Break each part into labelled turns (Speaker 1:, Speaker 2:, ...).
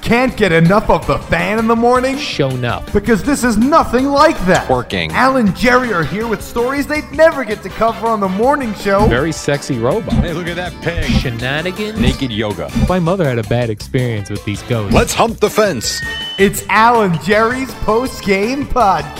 Speaker 1: Can't get enough of the fan in the morning?
Speaker 2: shown up.
Speaker 1: Because this is nothing like that.
Speaker 3: Working.
Speaker 1: Al and Jerry are here with stories they'd never get to cover on the morning show.
Speaker 2: Very sexy robot.
Speaker 3: Hey, look at that pig.
Speaker 2: Shenanigans.
Speaker 3: Naked yoga.
Speaker 2: My mother had a bad experience with these ghosts.
Speaker 3: hump the fence.
Speaker 1: It's Al and Jerry's post game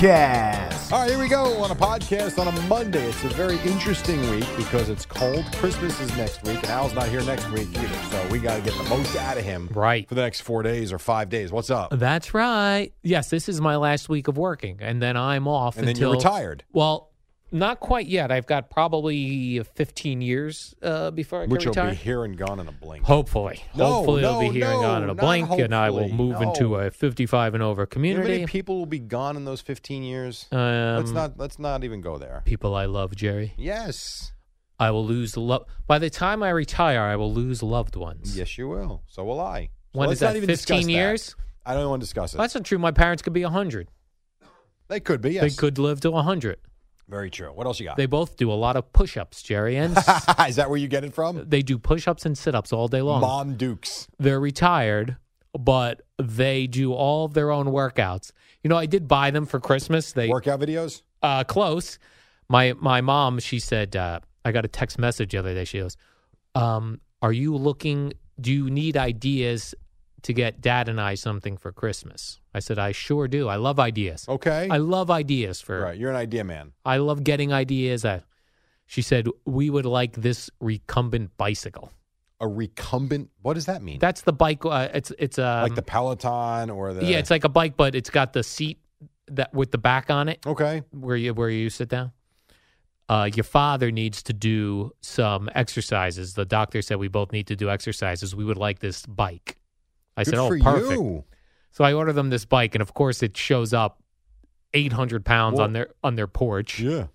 Speaker 1: podcast.
Speaker 4: All right, here we go on a podcast on a Monday. It's a very interesting week because it's cold. Christmas is next week, and Al's not here next week either. So we got to get the most out of him
Speaker 2: Right.
Speaker 4: for the next four days or five days. What's up?
Speaker 2: That's right. Yes, this is my last week of working, and then I'm off
Speaker 4: And then
Speaker 2: until
Speaker 4: you're retired.
Speaker 2: Well, not quite yet. I've got probably 15 years uh, before I can
Speaker 4: Which will
Speaker 2: retire.
Speaker 4: be here and gone in a blink.
Speaker 2: Hopefully,
Speaker 4: No,
Speaker 2: hopefully,
Speaker 4: no,
Speaker 2: I'll be hearing
Speaker 4: no,
Speaker 2: on in a
Speaker 4: not
Speaker 2: blink, and I will
Speaker 4: hopefully.
Speaker 2: move into
Speaker 4: No.
Speaker 2: a 55 and over
Speaker 4: You know how many
Speaker 2: community.
Speaker 4: people will be gone in those 15 years? let's
Speaker 2: Um,
Speaker 4: not let's not even go there.
Speaker 2: people I love, Jerry.
Speaker 4: Yes.
Speaker 2: I will lose love. By the time I retire, I will lose loved ones.
Speaker 4: Yes, you will. So will I. So
Speaker 2: When
Speaker 4: let's
Speaker 2: is
Speaker 4: not
Speaker 2: that,
Speaker 4: even discuss
Speaker 2: 15
Speaker 4: that.
Speaker 2: years?
Speaker 4: I don't want to discuss it.
Speaker 2: That's not true. My parents could be 100.
Speaker 4: They could be, yes.
Speaker 2: They could live to 100.
Speaker 4: Very true. What else you got?
Speaker 2: They both do a lot of push-ups, Jerry, and s-
Speaker 4: is that where you get it from?
Speaker 2: they do push-ups and sit-ups all day long.
Speaker 4: Mom Dukes.
Speaker 2: They're retired, but they do all of their own workouts. You know, I did buy them for Christmas. They
Speaker 4: Workout videos?
Speaker 2: uh, close. My my mom, she said, uh, I got a text message the other day. She goes, um, "Are you looking? Do you need ideas to get Dad and I something for Christmas?" I said, "I sure do. I love ideas.
Speaker 4: Okay.
Speaker 2: I love ideas for
Speaker 4: Right. You're an idea man.
Speaker 2: I love getting ideas. I, she said, we would like this recumbent bicycle.
Speaker 4: A recumbent. What does that mean?
Speaker 2: That's the bike. Uh, it's it's um,
Speaker 4: like the Peloton or the.
Speaker 2: yeah, it's like a bike, but it's got the seat that with the back on it
Speaker 4: okay.
Speaker 2: where you where you sit down. Uh, your father needs to do some exercises. The doctor said we both need to do exercises. We would like this bike. I
Speaker 4: Good
Speaker 2: said, oh,
Speaker 4: for
Speaker 2: perfect.
Speaker 4: you.
Speaker 2: So I order them this bike, and of course, it shows up eight hundred pounds
Speaker 4: Whoa.
Speaker 2: on their on their porch,
Speaker 4: Yeah.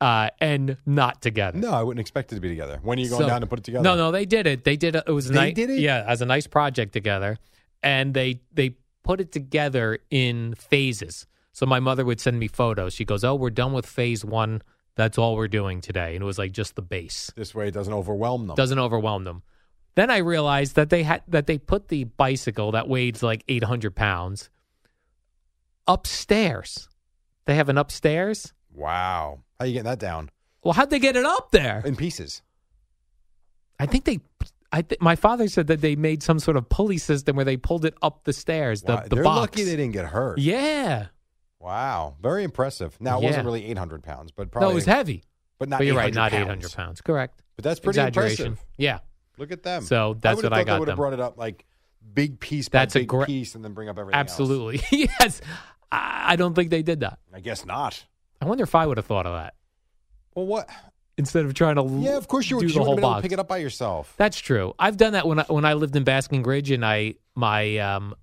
Speaker 2: uh, and not together.
Speaker 4: No, I wouldn't expect it to be together. When are you going
Speaker 2: So-
Speaker 4: down to put it together?
Speaker 2: No, no, they did it. They did it. It was a
Speaker 4: They
Speaker 2: nice,
Speaker 4: did it?
Speaker 2: yeah, as a nice project together, and they they put it together in phases. So my mother would send me photos. She goes, "Oh, we're done with phase one. That's all we're doing today." And it was like just the base.
Speaker 4: This way it doesn't overwhelm them.
Speaker 2: Doesn't overwhelm them. Then I realized that they had that they put the bicycle that weighs like eight hundred pounds upstairs. They have an upstairs.
Speaker 4: wow. How you getting that down?
Speaker 2: Well, how'd they get it up there?
Speaker 4: In pieces.
Speaker 2: I think they. I th- my father said that they made some sort of pulley system where they pulled it up the stairs. The,
Speaker 4: Wow.
Speaker 2: the
Speaker 4: They're
Speaker 2: box.
Speaker 4: lucky they didn't get hurt.
Speaker 2: Yeah.
Speaker 4: Wow. Very impressive. Now, it wasn't
Speaker 2: Yeah.
Speaker 4: really 800 pounds, but probably.
Speaker 2: no, it was heavy.
Speaker 4: But not
Speaker 2: but you're right,
Speaker 4: 800
Speaker 2: not
Speaker 4: pounds.
Speaker 2: 800 pounds. Correct.
Speaker 4: But that's pretty
Speaker 2: Exaggeration.
Speaker 4: impressive.
Speaker 2: Yeah.
Speaker 4: Look at them.
Speaker 2: So that's
Speaker 4: would've
Speaker 2: what I
Speaker 4: thought
Speaker 2: got
Speaker 4: They would have
Speaker 2: them.
Speaker 4: brought it up like big piece
Speaker 2: That's a
Speaker 4: by big
Speaker 2: great-
Speaker 4: piece and then bring up everything else.
Speaker 2: Absolutely. yes. I, I don't think they did that.
Speaker 4: I guess not.
Speaker 2: I wonder if I would have thought of that
Speaker 4: Well, what?
Speaker 2: instead of trying to. l-
Speaker 4: Yeah, of course you would.
Speaker 2: do
Speaker 4: You
Speaker 2: the
Speaker 4: would have
Speaker 2: whole
Speaker 4: been able to
Speaker 2: box.
Speaker 4: pick it up by yourself.
Speaker 2: That's true. I've done that when I, when I lived in Basking Ridge and I my um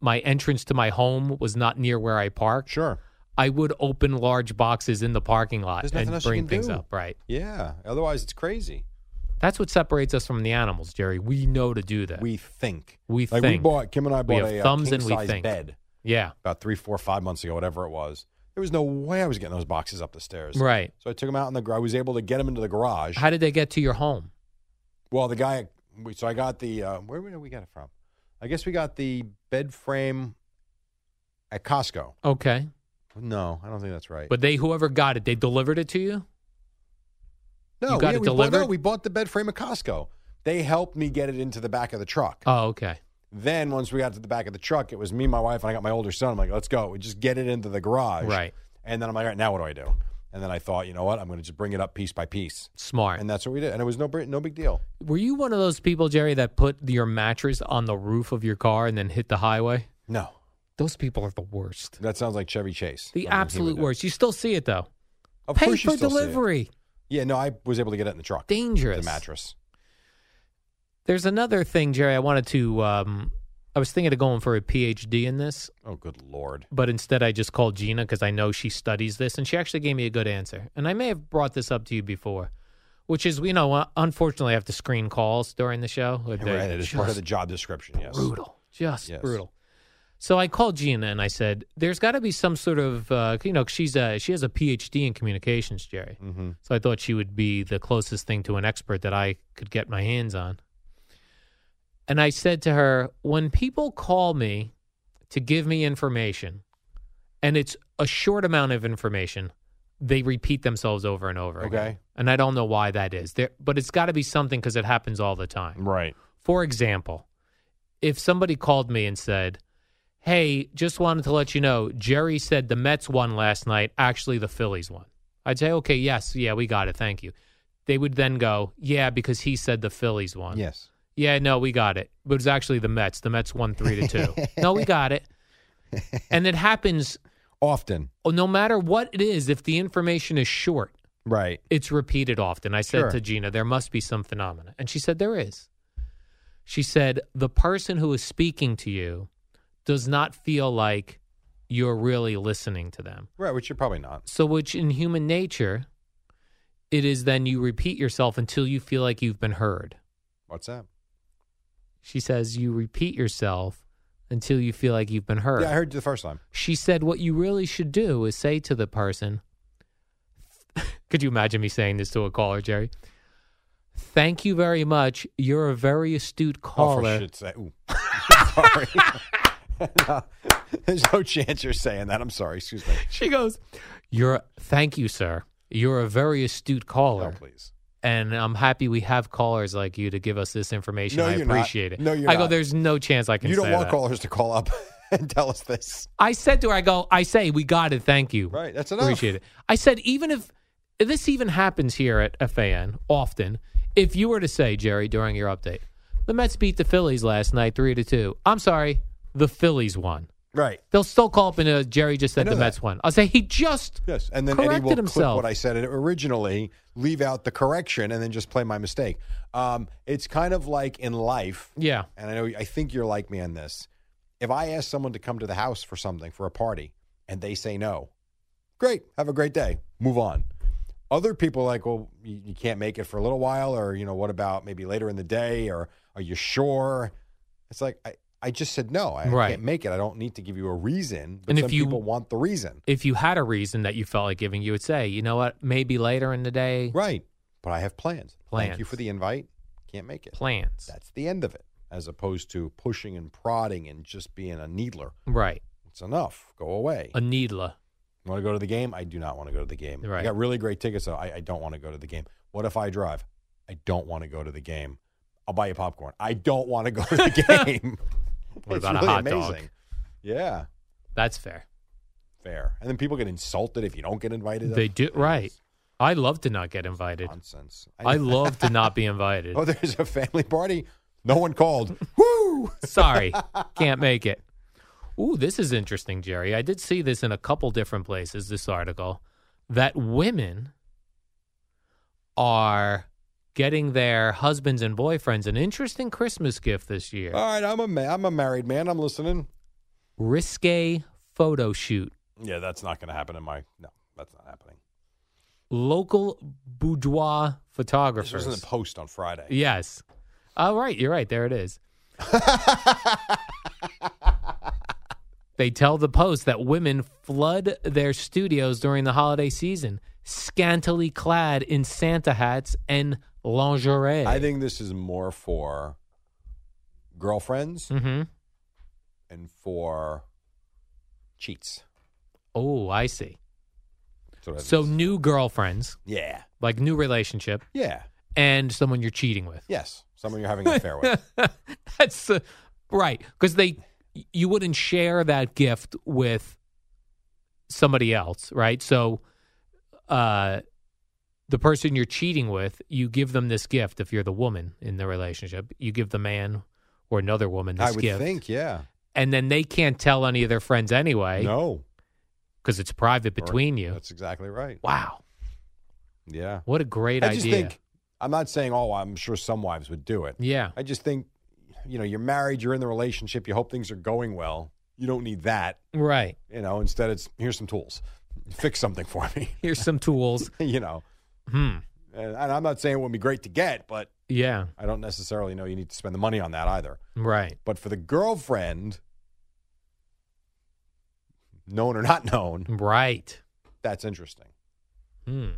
Speaker 2: my entrance to my home was not near where I parked.
Speaker 4: Sure.
Speaker 2: I would open large boxes in the parking lot
Speaker 4: There's nothing
Speaker 2: and
Speaker 4: else you
Speaker 2: bring
Speaker 4: can
Speaker 2: things
Speaker 4: do.
Speaker 2: up. Right.
Speaker 4: Yeah. Otherwise, it's crazy.
Speaker 2: That's what separates us from the animals, Jerry. We know to do that.
Speaker 4: We think.
Speaker 2: We
Speaker 4: like We
Speaker 2: think.
Speaker 4: bought Kim and I
Speaker 2: We
Speaker 4: bought
Speaker 2: have
Speaker 4: a uh,
Speaker 2: thumbs
Speaker 4: king
Speaker 2: and we
Speaker 4: size
Speaker 2: think.
Speaker 4: bed
Speaker 2: yeah,
Speaker 4: about three, four, five months ago, whatever it was. There was no way I was getting those boxes up the stairs.
Speaker 2: right.
Speaker 4: So I took them out in the. gar- I was able to get them into the garage.
Speaker 2: How did they get to your home?
Speaker 4: well, the guy. we- So I got the. Uh, where did we get it from? I guess we got the bed frame at Costco.
Speaker 2: Okay,
Speaker 4: No, I don't think that's right.
Speaker 2: but they whoever got it, they delivered it to you.
Speaker 4: No,
Speaker 2: You got
Speaker 4: yeah,
Speaker 2: it
Speaker 4: we bought-
Speaker 2: delivered?
Speaker 4: no, we bought the bed frame at Costco. They helped me get it into the back of the truck.
Speaker 2: Oh, okay.
Speaker 4: Then once we got to the back of the truck, it was me, my wife, and I got my older son. I'm like, let's go. We just get it into the garage.
Speaker 2: Right.
Speaker 4: And then I'm like, all right, now what do I do? And then I thought, you know what? I'm going to just bring it up piece by piece.
Speaker 2: Smart.
Speaker 4: And that's what we did. And it was no br- no big deal.
Speaker 2: Were you one of those people, Jerry, that put your mattress on the roof of your car and then hit the highway?
Speaker 4: No,
Speaker 2: Those people are the worst.
Speaker 4: that sounds like Chevy Chase.
Speaker 2: The
Speaker 4: I mean, he
Speaker 2: absolute
Speaker 4: would know.
Speaker 2: worst. You still see it though.
Speaker 4: Of
Speaker 2: Pay
Speaker 4: course you
Speaker 2: for
Speaker 4: still see it.
Speaker 2: delivery.
Speaker 4: Yeah, no, I was able to get it in the truck.
Speaker 2: Dangerous.
Speaker 4: The mattress.
Speaker 2: There's another thing, Jerry. I wanted to. Um, I was thinking of going for a PhD in this,
Speaker 4: Oh, good lord.
Speaker 2: but instead I just called Gina because I know she studies this, and she actually gave me a good answer. And I may have brought this up to you before, which is, you know, uh, unfortunately I have to screen calls during the show. They're
Speaker 4: Right, it is part of
Speaker 2: just
Speaker 4: the job description. Yes.
Speaker 2: brutal, just
Speaker 4: Yes.
Speaker 2: brutal. So I called Gina and I said, "There's got to be some sort of, uh, you know, she's a, she has a PhD in communications, Jerry.
Speaker 4: Mm-hmm.
Speaker 2: So I thought she would be the closest thing to an expert that I could get my hands on. And I said to her, when people call me to give me information, and it's a short amount of information, they repeat themselves over and over. again.
Speaker 4: Okay.
Speaker 2: And I don't know why that is. There, but it's got to be something because it happens all the time.
Speaker 4: Right.
Speaker 2: For example, if somebody called me and said, Hey, just wanted to let you know, Jerry said the Mets won last night. Actually, the Phillies won. I'd say, Okay, yes, yeah, we got it. Thank you. They would then go, Yeah, because he said the Phillies won.
Speaker 4: Yes.
Speaker 2: Yeah, no, we got it. But it's actually the Mets. The Mets won three to two. no, we got it. And it happens
Speaker 4: Often.
Speaker 2: oh, no matter what it is, if the information is short,
Speaker 4: Right.
Speaker 2: it's repeated often. I said
Speaker 4: Sure.
Speaker 2: to Gina, there must be some phenomena. And she said, there is. She said, the person who is speaking to you does not feel like you're really listening to them.
Speaker 4: Right, which you're probably not.
Speaker 2: So, which in human nature, it is then you repeat yourself until you feel like you've been heard.
Speaker 4: What's that?
Speaker 2: She says, you repeat yourself until you feel like you've been heard.
Speaker 4: Yeah, I heard you the first time.
Speaker 2: She said, What you really should do is say to the person, Could you imagine me saying this to a caller, Jerry? Thank you very much. You're a very astute
Speaker 4: Oh, for
Speaker 2: caller.
Speaker 4: shit's sake. Ooh. sorry. No, there's no chance you're saying that. I'm sorry. Excuse me.
Speaker 2: she goes, You're, thank you, sir. You're a very astute
Speaker 4: No,
Speaker 2: caller.
Speaker 4: please.
Speaker 2: and I'm happy we have callers like you to give us this information.
Speaker 4: No,
Speaker 2: I
Speaker 4: you're not.
Speaker 2: appreciate it.
Speaker 4: No, you're
Speaker 2: I go,
Speaker 4: not.
Speaker 2: There's no chance I can
Speaker 4: You don't
Speaker 2: say
Speaker 4: want
Speaker 2: that."
Speaker 4: callers to call up and tell us this.
Speaker 2: I said to her, I go, I say, we got it. Thank you.
Speaker 4: Right, that's enough.
Speaker 2: Appreciate it. I said, even if this even happens here at FAN often, if you were to say, Jerry, during your update, the Mets beat the Phillies last night, three to two. I'm sorry, the Phillies won.
Speaker 4: Right.
Speaker 2: They'll still call up and uh, Jerry just said
Speaker 4: know
Speaker 2: the
Speaker 4: that.
Speaker 2: Mets won. I'll say he just
Speaker 4: Yes. And then Eddie
Speaker 2: corrected
Speaker 4: will clip
Speaker 2: himself.
Speaker 4: what I said originally, leave out the correction, and then just play my mistake. Um, it's kind of like in life,
Speaker 2: yeah,
Speaker 4: and I know I think you're like me on this. If I ask someone to come to the house for something for a party and they say no, great, have a great day, move on. Other people are like, well, you, you can't make it for a little while, or you know, what about maybe later in the day, or are you sure? It's like I, I just said no, I, I
Speaker 2: Right.
Speaker 4: can't make it. I don't need to give you a reason. But
Speaker 2: And if
Speaker 4: some
Speaker 2: you-
Speaker 4: people want the reason,
Speaker 2: if you had a reason that you felt like giving, you would say, you know what, maybe later in the day,
Speaker 4: right? But I have plans.
Speaker 2: Mm.
Speaker 4: Thank you
Speaker 2: Plans.
Speaker 4: for the invite. Can't make it.
Speaker 2: plans.
Speaker 4: That's the end of it, as opposed to pushing and prodding and just being a needler.
Speaker 2: right,
Speaker 4: It's enough. Go away.
Speaker 2: a needler.
Speaker 4: You want to go to the game? I do not want to go to the game. I
Speaker 2: Right.
Speaker 4: got really great tickets, so I, I don't want to go to the game. What if I drive? I don't want to go to the game. I'll buy you popcorn. I don't want to go to the game.
Speaker 2: What
Speaker 4: It's
Speaker 2: about a
Speaker 4: really
Speaker 2: hot dog?
Speaker 4: amazing. Yeah,
Speaker 2: That's fair.
Speaker 4: fair. And then people get insulted if you don't get invited.
Speaker 2: They do right.
Speaker 4: It's
Speaker 2: I love to not get invited.
Speaker 4: Nonsense.
Speaker 2: I love to not be invited.
Speaker 4: Oh, there's a family party. No one called. Woo!
Speaker 2: Sorry, can't make it. Ooh, this is interesting, Jerry. I did see this in a couple different places. This article that women are getting their husbands and boyfriends an interesting Christmas gift this year:
Speaker 4: All right, I'm a ma- I'm a married man. I'm listening.
Speaker 2: risque photo shoot,
Speaker 4: Yeah, that's not going to happen in my. No, that's not happening.
Speaker 2: local boudoir
Speaker 4: This was in
Speaker 2: photographers.
Speaker 4: the post on Friday.
Speaker 2: Yes. All right, you're right. There it is. They tell the Post that women flood their studios during the holiday season, scantily clad in Santa hats and lingerie.
Speaker 4: I think this is more for girlfriends
Speaker 2: hmm
Speaker 4: and for cheats.
Speaker 2: Oh, I see.
Speaker 4: sort of.
Speaker 2: So new girlfriends,
Speaker 4: yeah,
Speaker 2: like new relationship,
Speaker 4: yeah,
Speaker 2: and someone you're cheating with.
Speaker 4: yes. Someone you're having an affair with.
Speaker 2: That's the right because they you wouldn't share that gift with somebody else, right? So, uh, the person you're cheating with, you give them this gift. If you're the woman in the relationship, you give the man or another woman this
Speaker 4: I would
Speaker 2: gift,
Speaker 4: think, yeah.
Speaker 2: and then they can't tell any of their friends anyway
Speaker 4: No,
Speaker 2: because it's private between you.
Speaker 4: That's exactly right.
Speaker 2: Wow,
Speaker 4: Yeah,
Speaker 2: what a great
Speaker 4: I
Speaker 2: idea!
Speaker 4: just think I'm not saying. Oh, I'm sure some wives would do it.
Speaker 2: yeah,
Speaker 4: I just think, you know, you're married, you're in the relationship, you hope things are going well. You don't need that,
Speaker 2: right.
Speaker 4: you know. Instead, it's here's some tools, fix something for me,
Speaker 2: Here's some tools.
Speaker 4: you know.
Speaker 2: Hmm.
Speaker 4: And, and I'm not saying it would be great to get, but
Speaker 2: Yeah.
Speaker 4: I don't necessarily know you need to spend the money on that either.
Speaker 2: Right.
Speaker 4: But for the girlfriend, known or not known,
Speaker 2: Right.
Speaker 4: that's interesting.
Speaker 2: Hmm.
Speaker 4: Like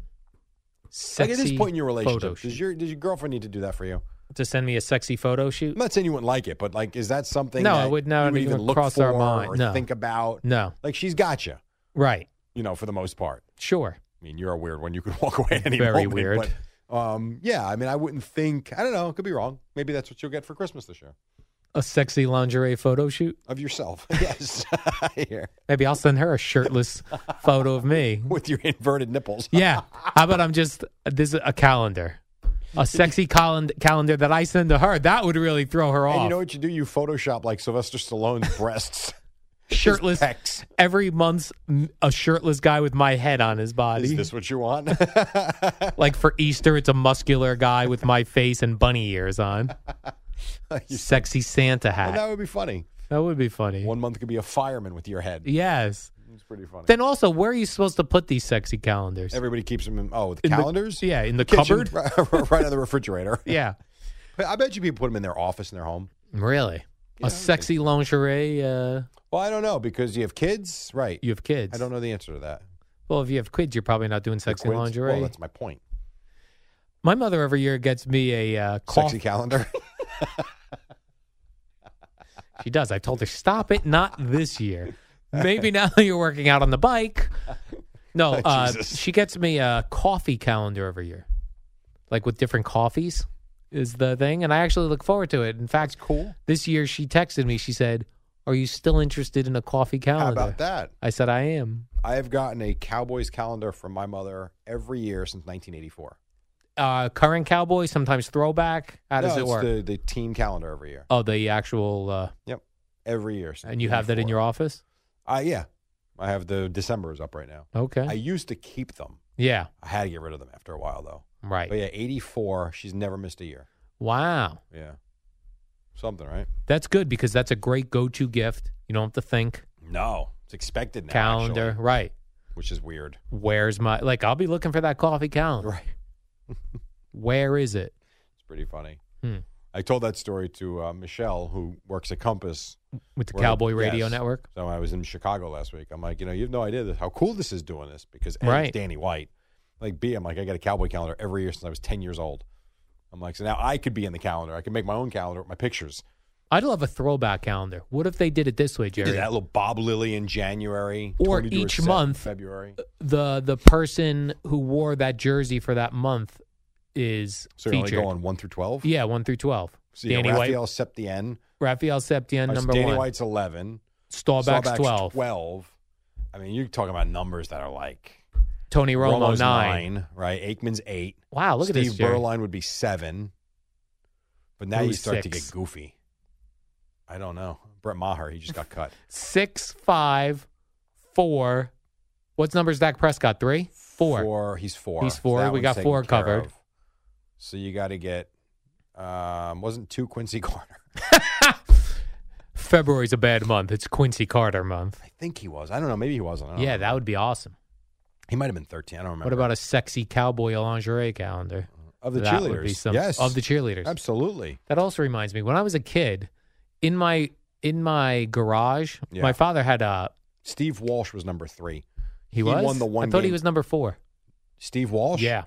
Speaker 2: Sexy
Speaker 4: at this point in your
Speaker 2: photo
Speaker 4: relationship,
Speaker 2: shoot.
Speaker 4: does your does your girlfriend need to do that for you?
Speaker 2: to send me a sexy photo shoot?
Speaker 4: I'm not saying you wouldn't like it, but like, is that something?
Speaker 2: No,
Speaker 4: that
Speaker 2: it would not
Speaker 4: you
Speaker 2: even
Speaker 4: even look
Speaker 2: cross
Speaker 4: for
Speaker 2: our mind.
Speaker 4: or
Speaker 2: No.
Speaker 4: think about.
Speaker 2: No.
Speaker 4: Like she's got you,
Speaker 2: Right.
Speaker 4: you know, for the most part.
Speaker 2: Sure.
Speaker 4: I mean, you're a weird one. You could walk away at any
Speaker 2: Very
Speaker 4: moment,
Speaker 2: weird.
Speaker 4: But, um, yeah, I mean, I wouldn't think. I don't know. Could be wrong. Maybe that's what you'll get for Christmas this year
Speaker 2: A sexy lingerie photo shoot?
Speaker 4: of yourself. yes, here
Speaker 2: Maybe I'll send her a shirtless photo of me.
Speaker 4: with your inverted nipples.
Speaker 2: Yeah. How about I'm just this is a calendar. A sexy calen- calendar that I send to her. That would really throw her
Speaker 4: And
Speaker 2: off.
Speaker 4: you know what you do? You Photoshop like Sylvester Stallone's breasts,
Speaker 2: shirtless
Speaker 4: pecs.
Speaker 2: every month's m- a shirtless guy with my head on his
Speaker 4: Is
Speaker 2: body.
Speaker 4: this what you want?
Speaker 2: like for Easter it's a muscular guy with my face and bunny ears on. Sexy Santa
Speaker 4: And that
Speaker 2: hat.
Speaker 4: would be funny.
Speaker 2: That would be funny.
Speaker 4: One month could be a fireman with your head.
Speaker 2: Yes.
Speaker 4: It's pretty funny.
Speaker 2: Then also, where are you supposed to put these sexy calendars?
Speaker 4: Everybody keeps them in. Oh, the
Speaker 2: In the-
Speaker 4: calendars.
Speaker 2: yeah, in the
Speaker 4: Kitchen,
Speaker 2: cupboard.
Speaker 4: right, right on the refrigerator.
Speaker 2: Yeah,
Speaker 4: But I bet you people put them in their office in their home.
Speaker 2: really.
Speaker 4: Yeah,
Speaker 2: a sexy lingerie. Uh,
Speaker 4: Well, I don't know because you have kids, right?
Speaker 2: you have kids.
Speaker 4: I don't know the answer to that.
Speaker 2: Well, if you have kids, you're probably not doing sexy
Speaker 4: Quids?
Speaker 2: lingerie.
Speaker 4: Well, that's my point.
Speaker 2: My mother every year gets me a uh, cough.
Speaker 4: Sexy calendar.
Speaker 2: She does. I told her stop it. Not this year. Maybe now that you're working out on the bike. No, uh,
Speaker 4: Jesus.
Speaker 2: she gets me a coffee calendar every year, like with different coffees is the thing, and I actually look forward to it. In fact,
Speaker 4: cool.
Speaker 2: This year she texted me. She said, "Are you still interested in a coffee calendar?"
Speaker 4: How about that?
Speaker 2: I said, "I am."
Speaker 4: I have gotten a Cowboys calendar from my mother every year since 1984.
Speaker 2: Uh, current cowboy, sometimes throwback. How does
Speaker 4: No,
Speaker 2: it
Speaker 4: it's
Speaker 2: work?
Speaker 4: The, the team calendar every year.
Speaker 2: oh, the actual. Uh,
Speaker 4: Yep, every year. since
Speaker 2: and you have that in
Speaker 4: 1984.
Speaker 2: your office?
Speaker 4: Uh, yeah, I have the December is up right now.
Speaker 2: Okay.
Speaker 4: I used to keep them.
Speaker 2: yeah.
Speaker 4: I had to get rid of them after a while though.
Speaker 2: Right.
Speaker 4: But Oh, yeah, 84. She's never missed a year.
Speaker 2: Wow,
Speaker 4: Yeah, something right?
Speaker 2: that's good because that's a great go-to gift. You don't have to think.
Speaker 4: No, it's expected now.
Speaker 2: calendar,
Speaker 4: actually,
Speaker 2: right?
Speaker 4: which is weird.
Speaker 2: Where's my like? I'll be looking for that coffee calendar.
Speaker 4: Right.
Speaker 2: Where is it?
Speaker 4: It's pretty funny.
Speaker 2: Hmm.
Speaker 4: I told that story to uh, Michelle, who works at Compass.
Speaker 2: With the
Speaker 4: Where-
Speaker 2: Cowboy Radio
Speaker 4: yes.
Speaker 2: Network.
Speaker 4: So when I was in Chicago last week, I'm like, you know, you have no idea this, how cool this is doing this because A,
Speaker 2: Right.
Speaker 4: it's Danny White. Like B, I'm like, I got a cowboy calendar every year since I was 10 years old. I'm like, so now I could be in the calendar. I can make my own calendar with my pictures.
Speaker 2: I'd love a throwback calendar. What if they did it this way,
Speaker 4: You
Speaker 2: Jerry?
Speaker 4: did that little Bob Lilly in January,
Speaker 2: Or
Speaker 4: Tony
Speaker 2: each
Speaker 4: Dorsett in
Speaker 2: month.
Speaker 4: February.
Speaker 2: the the person who wore that jersey for that month is
Speaker 4: So you're
Speaker 2: featured.
Speaker 4: only going one through 12.
Speaker 2: yeah, one through twelve.
Speaker 4: So Danny
Speaker 2: Danny White,
Speaker 4: Raphael Septien.
Speaker 2: Raphael Septien,
Speaker 4: Uh,
Speaker 2: number
Speaker 4: Danny
Speaker 2: one.
Speaker 4: White's 11.
Speaker 2: Stallback's,
Speaker 4: Sawback's
Speaker 2: twelve.
Speaker 4: 12. I mean, you're talking about numbers that are like
Speaker 2: Tony Romo
Speaker 4: Romo's
Speaker 2: nine.
Speaker 4: nine, right? Aikman's eight.
Speaker 2: Wow, Oh, look
Speaker 4: Steve
Speaker 2: at this, Jerry.
Speaker 4: Berline would be seven. But now you
Speaker 2: Who's
Speaker 4: start to
Speaker 2: six?
Speaker 4: get goofy. I don't know. Brett Maher, he just got cut.
Speaker 2: Six, five, four. What's number is Dak Prescott? Three, four.
Speaker 4: He's four.
Speaker 2: He's four.
Speaker 4: that
Speaker 2: We
Speaker 4: one's
Speaker 2: got
Speaker 4: taken
Speaker 2: four
Speaker 4: care
Speaker 2: covered.
Speaker 4: of. So you got to get. Um, wasn't two Quincy Carter?
Speaker 2: February's a bad month. It's Quincy Carter month.
Speaker 4: I think he was. I don't know. Maybe he wasn't. I don't
Speaker 2: Yeah,
Speaker 4: know.
Speaker 2: that would be awesome.
Speaker 4: he might have been thirteen. I don't Oh. remember.
Speaker 2: What about a sexy cowboy lingerie calendar?
Speaker 4: of the
Speaker 2: that
Speaker 4: cheerleaders?
Speaker 2: Would be some,
Speaker 4: yes,
Speaker 2: Of the cheerleaders.
Speaker 4: absolutely.
Speaker 2: That also reminds me, when I was a kid, in my in my garage,
Speaker 4: Yeah.
Speaker 2: my father had a
Speaker 4: Steve Walsh was number three.
Speaker 2: he,
Speaker 4: He
Speaker 2: was
Speaker 4: won the one
Speaker 2: I thought he
Speaker 4: game-
Speaker 2: was number four.
Speaker 4: Steve Walsh.
Speaker 2: Yeah.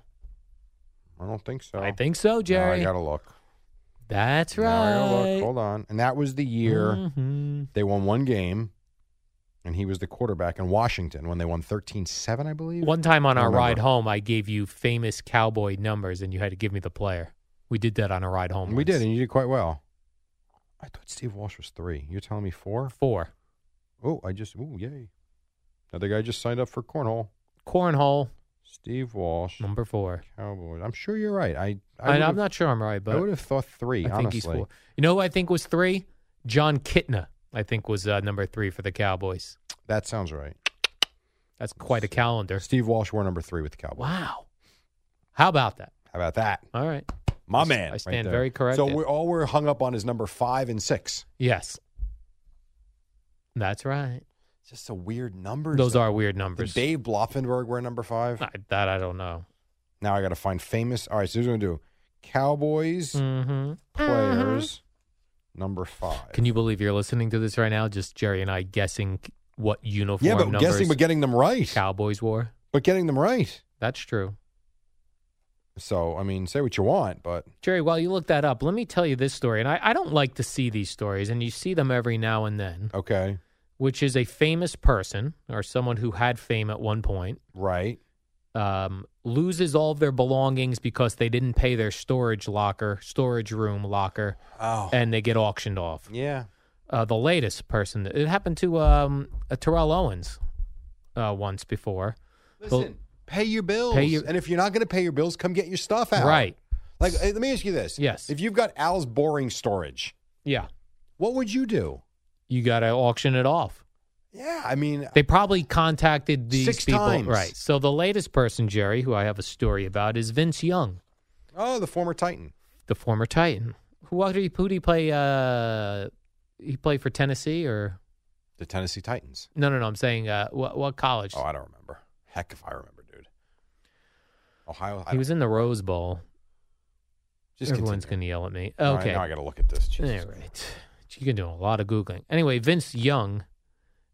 Speaker 4: I don't think so.
Speaker 2: I think so,
Speaker 4: No,
Speaker 2: Jerry.
Speaker 4: I gotta look.
Speaker 2: That's
Speaker 4: Now I gotta look.
Speaker 2: right. Mm.
Speaker 4: Hold on. And that was the year
Speaker 2: Mhm.
Speaker 4: they won one game. and he was the quarterback in Washington when they won 13-7, I believe.
Speaker 2: One time on
Speaker 4: I
Speaker 2: our
Speaker 4: remember.
Speaker 2: ride home, I gave you famous cowboy numbers, and you had to give me the player. We did that on a ride home.
Speaker 4: And we
Speaker 2: once.
Speaker 4: did, and you did quite well. I thought Steve Walsh was three. You're telling me four?
Speaker 2: four
Speaker 4: Oh, I just oh yay! Another guy just signed up for cornhole.
Speaker 2: cornhole
Speaker 4: Steve Walsh,
Speaker 2: number four.
Speaker 4: Cowboys. I'm sure you're right. I, I
Speaker 2: Mm-hmm. I
Speaker 4: would
Speaker 2: I'm
Speaker 4: have-
Speaker 2: not sure I'm right, but
Speaker 4: I would have thought three.
Speaker 2: I think
Speaker 4: honestly,
Speaker 2: he's four. You know, who I think was three. John Kitna, I think, was uh, number three for the Cowboys.
Speaker 4: that sounds right.
Speaker 2: That's quite a calendar.
Speaker 4: Steve Walsh wore number three with the Cowboys.
Speaker 2: Wow. How about that?
Speaker 4: How about that,
Speaker 2: All right.
Speaker 4: my
Speaker 2: I s-
Speaker 4: man?
Speaker 2: I
Speaker 4: right
Speaker 2: stand
Speaker 4: there.
Speaker 2: very
Speaker 4: So
Speaker 2: corrected.
Speaker 4: we're all we're hung up on is number five and six.
Speaker 2: Yes. That's right.
Speaker 4: It's just a weird numbers.
Speaker 2: Those
Speaker 4: though.
Speaker 2: are weird
Speaker 4: Did
Speaker 2: numbers. Ah.
Speaker 4: Dave Bloffenberg wear number five?
Speaker 2: I, that I don't know.
Speaker 4: Now I got to find famous. All right, so here's what I'm gonna do: Cowboys
Speaker 2: hmm
Speaker 4: players number five.
Speaker 2: Can you believe you're listening to this right now? Just Jerry and I guessing what uniform
Speaker 4: Yeah, but
Speaker 2: numbers
Speaker 4: guessing, but getting them right.
Speaker 2: Cowboys wore.
Speaker 4: But getting them right.
Speaker 2: That's true.
Speaker 4: So I mean, say what you want, but
Speaker 2: Jerry, while you look that up, let me tell you this story. And I, I don't like to see these stories, and you see them every now and then,
Speaker 4: okay,
Speaker 2: which is a famous person or someone who had fame at one point
Speaker 4: right?
Speaker 2: um, loses all of their belongings because they didn't pay their storage locker, storage room locker,
Speaker 4: Oh,
Speaker 2: and they get auctioned off.
Speaker 4: yeah.
Speaker 2: Uh, the latest person, it happened to um, uh, Terrell Owens uh, once before. Well-
Speaker 4: Listen, pay your bills,
Speaker 2: Pay your-
Speaker 4: and if you're not going to pay your bills, come get your stuff out.
Speaker 2: Right.
Speaker 4: Like, eh, let me ask you this:
Speaker 2: Yes.
Speaker 4: if you've got Al's boring storage,
Speaker 2: Yeah.
Speaker 4: what would you do?
Speaker 2: You got to auction it off.
Speaker 4: Yeah, I mean,
Speaker 2: They probably contacted these
Speaker 4: Six
Speaker 2: people.
Speaker 4: times.
Speaker 2: Right. So the latest person, Jerry, who I have a story about, is Vince Young,
Speaker 4: oh, the former Titan.
Speaker 2: the former Titan. Who, what did he, who did he play? Uh, he played for Tennessee or?
Speaker 4: The Tennessee Titans.
Speaker 2: No, no, no. I'm saying uh, what, what college?
Speaker 4: Oh, I don't remember. Heck if I remember, dude. Ohio. I
Speaker 2: he
Speaker 4: don't-
Speaker 2: was in the Rose Bowl.
Speaker 4: just
Speaker 2: Everyone's going to
Speaker 4: continue.
Speaker 2: yell at me.
Speaker 4: All right,
Speaker 2: Okay.
Speaker 4: now I got to look at this. Jesus.
Speaker 2: All right. You can do a lot of Googling. Anyway, Vince Young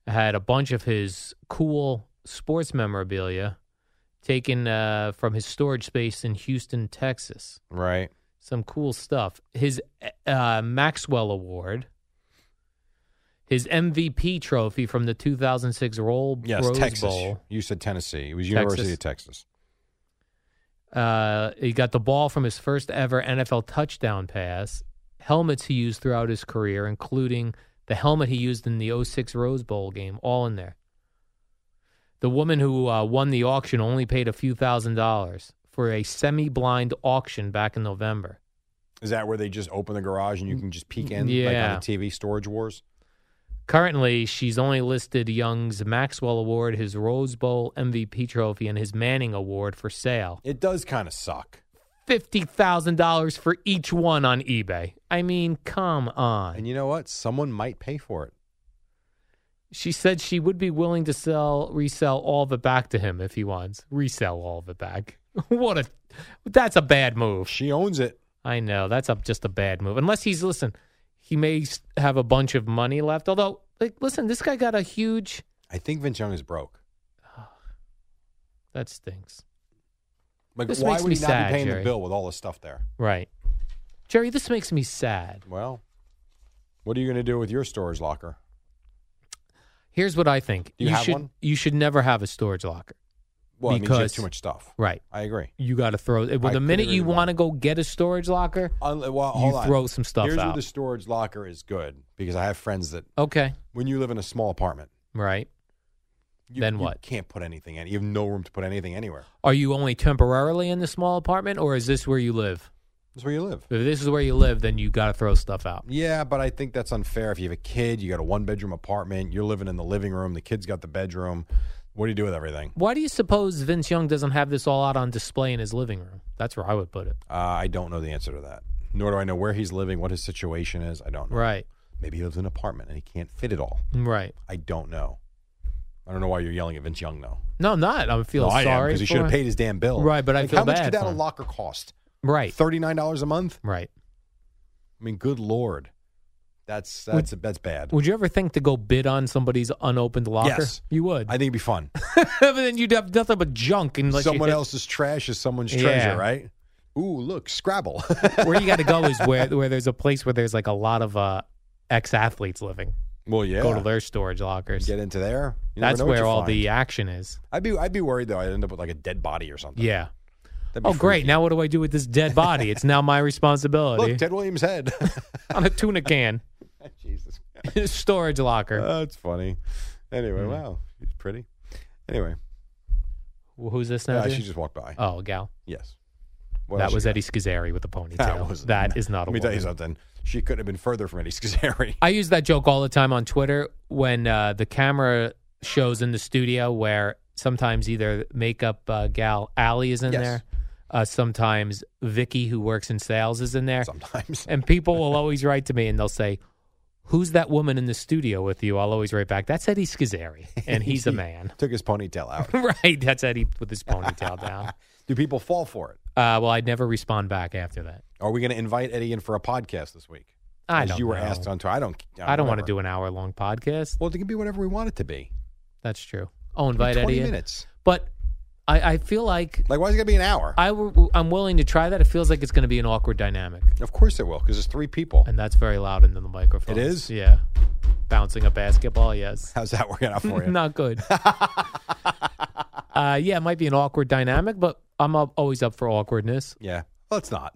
Speaker 2: had a bunch of his cool sports memorabilia taken uh, from his storage space in Houston, Texas.
Speaker 4: Right.
Speaker 2: Some cool stuff. His uh, Maxwell Award, his MVP trophy from the 2006 Roll
Speaker 4: Yes,
Speaker 2: Rose
Speaker 4: Texas.
Speaker 2: Bowl.
Speaker 4: You said Tennessee. It was University of Texas.
Speaker 2: Uh, he got the ball from his first ever NFL touchdown pass. Helmets he used throughout his career, including the helmet he used in the 06 Rose Bowl game, all in there. The woman who uh, won the auction only paid a few thousand dollars for a semi blind auction back in November.
Speaker 4: Is that where they just open the garage and you can just peek in, like
Speaker 2: Mm, Yeah.
Speaker 4: on the TV Storage Wars?
Speaker 2: Currently, she's only listed Young's Maxwell Award, his Rose Bowl MVP trophy, and his Manning Award for sale.
Speaker 4: It does kind of suck,
Speaker 2: $50,000 for each one on eBay. I mean, come on.
Speaker 4: and you know what? Someone might pay for it.
Speaker 2: She said she would be willing to sell, resell all of it back to him if he wants. Resell all of it back. what a, that's a bad move.
Speaker 4: She owns it.
Speaker 2: I know that's a, just a bad move. Unless he's listen, he may s- have a bunch of money left. Although, like, listen, this guy got a huge.
Speaker 4: I think Vince Young is broke.
Speaker 2: That stinks.
Speaker 4: Like,
Speaker 2: This
Speaker 4: why
Speaker 2: makes
Speaker 4: would
Speaker 2: me
Speaker 4: he not
Speaker 2: sad,
Speaker 4: be paying
Speaker 2: Jerry.
Speaker 4: the bill with all this stuff there?
Speaker 2: Right, Jerry. This makes me sad.
Speaker 4: Well, what are you going to do with your storage locker?
Speaker 2: Here's what I think.
Speaker 4: Do you have
Speaker 2: should
Speaker 4: one?
Speaker 2: you should never have a storage locker.
Speaker 4: Well, I mean, you have
Speaker 2: Because-
Speaker 4: too much stuff.
Speaker 2: Right.
Speaker 4: I agree.
Speaker 2: You got to throw. Well,
Speaker 4: I
Speaker 2: the
Speaker 4: couldn't
Speaker 2: minute
Speaker 4: agree
Speaker 2: you
Speaker 4: more.
Speaker 2: want to go get a storage locker,
Speaker 4: Un- well,
Speaker 2: You
Speaker 4: hold on.
Speaker 2: throw some stuff
Speaker 4: Here's where
Speaker 2: out.
Speaker 4: the storage locker is good because I have friends that
Speaker 2: okay,
Speaker 4: when you live in a small apartment,
Speaker 2: right.
Speaker 4: you,
Speaker 2: Then
Speaker 4: you
Speaker 2: what?
Speaker 4: can't put anything in. You have no room to put anything anywhere.
Speaker 2: Are you only temporarily in the small apartment, or is this where you live?
Speaker 4: That's where you live.
Speaker 2: If this is where you live, then you got to throw stuff out.
Speaker 4: Yeah, but I think that's unfair. If you have a kid, you got a one bedroom apartment, you're living in the living room, the kid's got the bedroom. What do you do with everything?
Speaker 2: Why do you suppose Vince Young doesn't have this all out on display in his living room? That's where I would put it.
Speaker 4: Uh, I don't know the answer to that. Nor do I know where he's living, what his situation is. I don't know.
Speaker 2: Right,
Speaker 4: Maybe he lives in an apartment and he can't fit it all.
Speaker 2: right.
Speaker 4: I don't know. I don't know why you're yelling at Vince Young though.
Speaker 2: No, I'm not. I'm feeling
Speaker 4: no, I am
Speaker 2: sorry
Speaker 4: because he
Speaker 2: for
Speaker 4: should have
Speaker 2: him.
Speaker 4: paid his damn bill.
Speaker 2: Right, but I
Speaker 4: Like,
Speaker 2: feel
Speaker 4: how much
Speaker 2: bad
Speaker 4: could that
Speaker 2: for
Speaker 4: a
Speaker 2: him.
Speaker 4: locker cost?
Speaker 2: Right,
Speaker 4: Thirty nine dollars a month.
Speaker 2: right.
Speaker 4: I mean, good lord, that's that's that's bad.
Speaker 2: Would you ever think to go bid on somebody's unopened locker?
Speaker 4: Yes.
Speaker 2: you would.
Speaker 4: I think it'd be fun.
Speaker 2: but then you'd have nothing but junk and like
Speaker 4: someone else's trash is someone's
Speaker 2: Yeah.
Speaker 4: treasure, right? Ooh, look, Scrabble.
Speaker 2: Where you got to go is where where there's a place where there's like a lot of uh, ex athletes living.
Speaker 4: Well, yeah.
Speaker 2: Go to their storage lockers.
Speaker 4: Get into there. You never
Speaker 2: That's
Speaker 4: know what
Speaker 2: where
Speaker 4: you
Speaker 2: all
Speaker 4: find.
Speaker 2: the action is.
Speaker 4: I'd be I'd be worried though. I'd end up with like a dead body or something.
Speaker 2: Yeah.
Speaker 4: That'd be
Speaker 2: Oh, great.
Speaker 4: freaky.
Speaker 2: Now what do I do with this dead body? It's now my responsibility.
Speaker 4: Look, Ted Williams' head.
Speaker 2: on a tuna can.
Speaker 4: Jesus. Uh,
Speaker 2: storage locker.
Speaker 4: That's funny. Anyway,
Speaker 2: Hmm.
Speaker 4: wow, she's pretty. Anyway,
Speaker 2: Wh- Who's this now?
Speaker 4: uh, she
Speaker 2: dude?
Speaker 4: just walked by.
Speaker 2: oh, gal.
Speaker 4: yes. What else
Speaker 2: that
Speaker 4: she
Speaker 2: was
Speaker 4: got?
Speaker 2: Eddie Scazzeri with the ponytail. That,
Speaker 4: was-
Speaker 2: is not a
Speaker 4: Let me tell you
Speaker 2: woman.
Speaker 4: something. She couldn't have been further from Eddie Scazzeri.
Speaker 2: I use that joke all the time on Twitter when uh, the camera shows in the studio where sometimes either makeup uh, gal Allie is in
Speaker 4: Yes.
Speaker 2: there, uh, sometimes Vicky who works in sales is in there,
Speaker 4: Sometimes.
Speaker 2: and people will always write to me and they'll say, "Who's that woman in the studio with you?" I'll always write back, "That's Eddie Scazzeri, and he's a man."
Speaker 4: Took his ponytail out.
Speaker 2: right, that's Eddie with his ponytail down.
Speaker 4: Do people fall for it?
Speaker 2: Uh, well, I'd never respond back after that.
Speaker 4: Are we going to invite Eddie in for a podcast this week?
Speaker 2: I
Speaker 4: As
Speaker 2: don't.
Speaker 4: you were
Speaker 2: know.
Speaker 4: asked on tour. I don't.
Speaker 2: I don't want to
Speaker 4: whatever.
Speaker 2: do an hour long podcast.
Speaker 4: Well, it can be whatever we want it to be.
Speaker 2: That's true. I'll
Speaker 4: It'll be
Speaker 2: invite
Speaker 4: Twenty
Speaker 2: Eddie in.
Speaker 4: minutes.
Speaker 2: But I, I feel like
Speaker 4: Like, why is it going to be an hour?
Speaker 2: I w- I'm willing to try that. It feels like it's going to be an awkward dynamic,
Speaker 4: of course it will, because it's three people.
Speaker 2: and that's very loud into the microphone.
Speaker 4: It is?
Speaker 2: yeah. Bouncing a basketball, yes.
Speaker 4: How's that working out for you?
Speaker 2: Not good. uh, yeah, it might be an awkward dynamic, but I'm up, always up for awkwardness.
Speaker 4: Yeah. Well, it's not.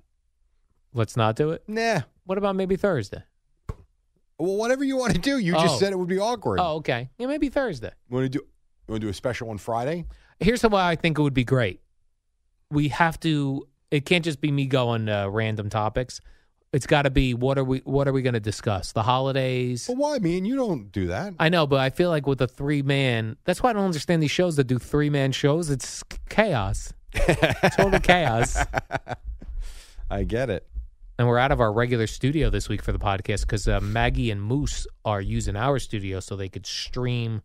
Speaker 2: Let's not do it.
Speaker 4: Nah.
Speaker 2: What about maybe Thursday?
Speaker 4: Well, whatever you want to do. You
Speaker 2: Oh.
Speaker 4: just said it would be awkward.
Speaker 2: Oh, okay. Yeah, maybe Thursday.
Speaker 4: Want to do? You want to do a special one Friday?
Speaker 2: Here's why I think it would be great. We have to. It can't just be me going uh, random topics. It's got to be what are we what are we going to discuss? The holidays.
Speaker 4: Well, why? Me and you don't do that.
Speaker 2: I know, but I feel like with a three man, that's why I don't understand these shows that do three man shows. It's chaos, total chaos.
Speaker 4: I get it.
Speaker 2: And we're out of our regular studio this week for the podcast because uh, Maggie and Moose are using our studio so they could stream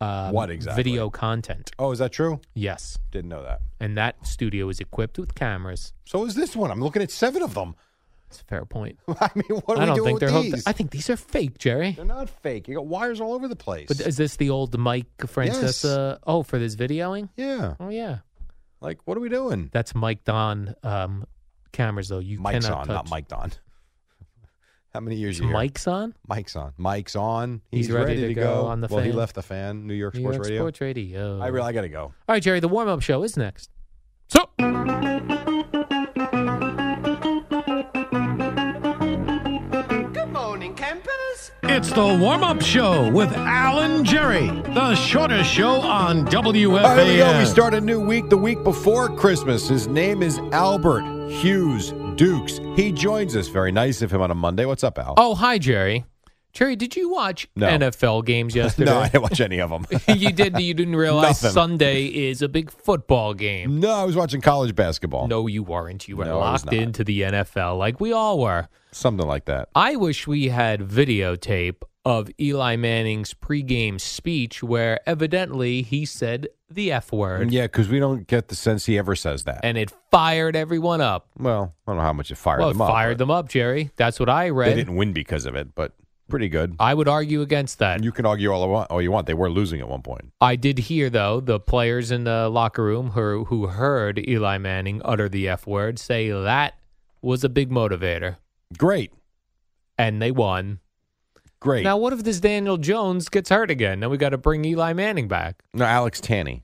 Speaker 2: uh,
Speaker 4: What exactly?
Speaker 2: video content.
Speaker 4: Oh, is that true?
Speaker 2: Yes,
Speaker 4: Didn't know that.
Speaker 2: and that studio is equipped with cameras.
Speaker 4: So is this one? I'm looking at seven of them.
Speaker 2: It's a fair point.
Speaker 4: I mean, what are
Speaker 2: I
Speaker 4: we
Speaker 2: don't
Speaker 4: doing
Speaker 2: think they're.
Speaker 4: with
Speaker 2: hooked-
Speaker 4: these?
Speaker 2: I think these are fake, Jerry.
Speaker 4: they're not fake. You got wires all over the place.
Speaker 2: But is this the old Mike Francesa? Oh, for this videoing?
Speaker 4: yeah,
Speaker 2: Oh yeah,
Speaker 4: like what are we doing?
Speaker 2: that's Mike Don um, cameras though. You
Speaker 4: Mike's
Speaker 2: cannot
Speaker 4: on,
Speaker 2: touch.
Speaker 4: not Mike on. How many years
Speaker 2: It's
Speaker 4: you here?
Speaker 2: Mike's on
Speaker 4: Mike's on. Mike's on.
Speaker 2: He's ready to go on the
Speaker 4: well, he
Speaker 2: fan.
Speaker 4: left the fan. New York
Speaker 2: New
Speaker 4: Sports
Speaker 2: York
Speaker 4: Radio.
Speaker 2: Sports Radio.
Speaker 4: I really, I gotta go.
Speaker 2: All right, Jerry. The warm up show is next. So
Speaker 5: It's the warm up show with Alan Jerry, the shortest show on
Speaker 4: All right, here we go. We
Speaker 5: WFAN.
Speaker 4: start a new week the week before Christmas. His name is Albert Hughes Dukes. He joins us. Very nice of him on a Monday. What's up, Al?
Speaker 2: Oh, hi, Jerry. Jerry, did you watch
Speaker 4: No.
Speaker 2: NFL games yesterday?
Speaker 4: no, I didn't watch any of them.
Speaker 2: you did. You didn't realize
Speaker 4: Nothing.
Speaker 2: Sunday is a big football game.
Speaker 4: no, I was watching college basketball.
Speaker 2: No, you weren't. You were
Speaker 4: No, I was
Speaker 2: locked
Speaker 4: not.
Speaker 2: into the NFL like we all were.
Speaker 4: Something like that.
Speaker 2: I wish we had videotape of Eli Manning's pregame speech where evidently he said the F word
Speaker 4: Yeah, because we don't get the sense he ever says that.
Speaker 2: and it fired everyone up.
Speaker 4: well, I don't know how much it fired
Speaker 2: well, it
Speaker 4: them up.
Speaker 2: fired
Speaker 4: but
Speaker 2: them up, Jerry. That's what I
Speaker 4: They
Speaker 2: read.
Speaker 4: didn't win because of it, but pretty good.
Speaker 2: I would argue against that.
Speaker 4: And you can argue all, I want, all you want. They were losing at one point.
Speaker 2: I did hear, though, the players in the locker room who, who heard Eli Manning utter the F word say that was a big motivator
Speaker 4: Great.
Speaker 2: and they won.
Speaker 4: Great.
Speaker 2: Now, what if this Daniel Jones gets hurt again? Then we got to bring Eli Manning back.
Speaker 4: no, Alex Tanney.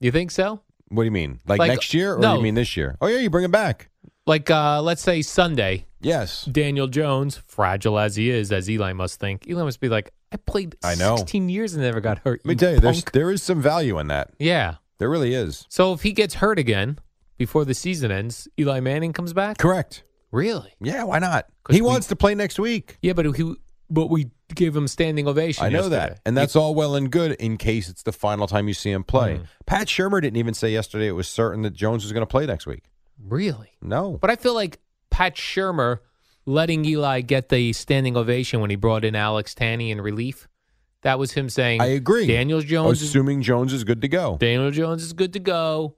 Speaker 2: You think so?
Speaker 4: What do you mean? Like,
Speaker 2: Like,
Speaker 4: next year or
Speaker 2: no.
Speaker 4: do you mean this year? Oh, yeah, you bring him back.
Speaker 2: Like, uh, let's say Sunday,
Speaker 4: Yes.
Speaker 2: Daniel Jones, fragile as he is, as Eli must think, Eli must be like, I played
Speaker 4: I know.
Speaker 2: 16 years and never got hurt.
Speaker 4: Let me
Speaker 2: you
Speaker 4: tell you, there's,
Speaker 2: punk."
Speaker 4: there is some value in that.
Speaker 2: yeah.
Speaker 4: There really is.
Speaker 2: So if he gets hurt again before the season ends, Eli Manning comes back?
Speaker 4: Correct.
Speaker 2: Really?
Speaker 4: Yeah, why not?
Speaker 2: 'Cause
Speaker 4: He
Speaker 2: we-
Speaker 4: wants to play next week.
Speaker 2: Yeah, but he, but we gave him standing ovation.
Speaker 4: I know
Speaker 2: yesterday.
Speaker 4: that. And that's all well and good in case it's the final time you see him play.
Speaker 2: Mm.
Speaker 4: Pat Shermer didn't even say yesterday it was certain that Jones was going to play next week.
Speaker 2: really.
Speaker 4: No.
Speaker 2: But I feel like Pat Shermer letting Eli get the standing ovation when he brought in Alex Tanney in relief. That was him saying,
Speaker 4: I agree.
Speaker 2: Daniel Jones, is,
Speaker 4: Assuming Jones is good to go.
Speaker 2: Daniel Jones is good to go."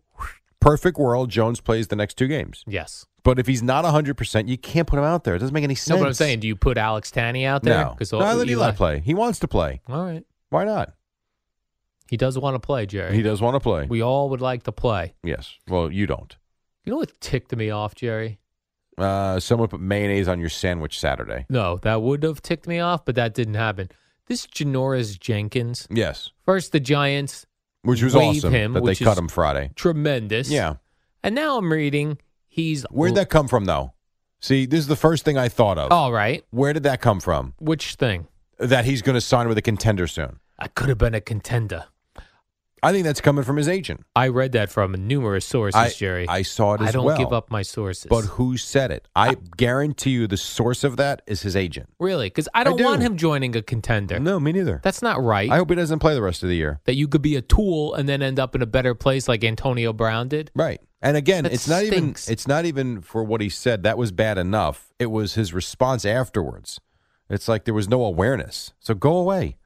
Speaker 4: Perfect world, Jones plays the next two games.
Speaker 2: Yes.
Speaker 4: But if he's not 100%, you can't put him out there. It doesn't make any
Speaker 2: No,
Speaker 4: sense.
Speaker 2: but I'm saying, do you put Alex Tanney out there?
Speaker 4: No. No, I let Eli play. He wants to play.
Speaker 2: All right,
Speaker 4: Why not?
Speaker 2: he does want to play, Jerry.
Speaker 4: He does want to play.
Speaker 2: We all would like to play.
Speaker 4: yes. Well, you don't.
Speaker 2: You know what ticked me off, Jerry?
Speaker 4: Uh, someone put mayonnaise on your sandwich Saturday.
Speaker 2: No, that would have ticked me off, but that didn't happen. This Janoris Jenkins,
Speaker 4: Yes,
Speaker 2: first the Giants,
Speaker 4: which was
Speaker 2: Waive
Speaker 4: awesome
Speaker 2: him,
Speaker 4: that they
Speaker 2: which
Speaker 4: cut
Speaker 2: is-
Speaker 4: him Friday.
Speaker 2: tremendous.
Speaker 4: Yeah,
Speaker 2: And now I'm reading he's
Speaker 4: where'd that come from though? See, this is the first thing I thought of.
Speaker 2: All right.
Speaker 4: Where did that come from?
Speaker 2: Which thing?
Speaker 4: That he's going to sign with a contender soon.
Speaker 2: I could have been a contender.
Speaker 4: I think that's coming from his agent.
Speaker 2: I read that from numerous sources,
Speaker 4: I,
Speaker 2: Jerry.
Speaker 4: I saw it as
Speaker 2: I don't
Speaker 4: well.
Speaker 2: give up my sources.
Speaker 4: But who said it? I, guarantee you, the source of that is his agent.
Speaker 2: really, because I don't
Speaker 4: do.
Speaker 2: want him joining a contender.
Speaker 4: No, me neither.
Speaker 2: That's not right.
Speaker 4: I hope he doesn't play the rest of the year.
Speaker 2: that you could be a tool and then end up in a better place like Antonio Brown did.
Speaker 4: Right. And again,
Speaker 2: That
Speaker 4: it's not
Speaker 2: stinks.
Speaker 4: even it's not even for what he said. That was bad enough. It was his response afterwards. It's like there was no awareness. So go away.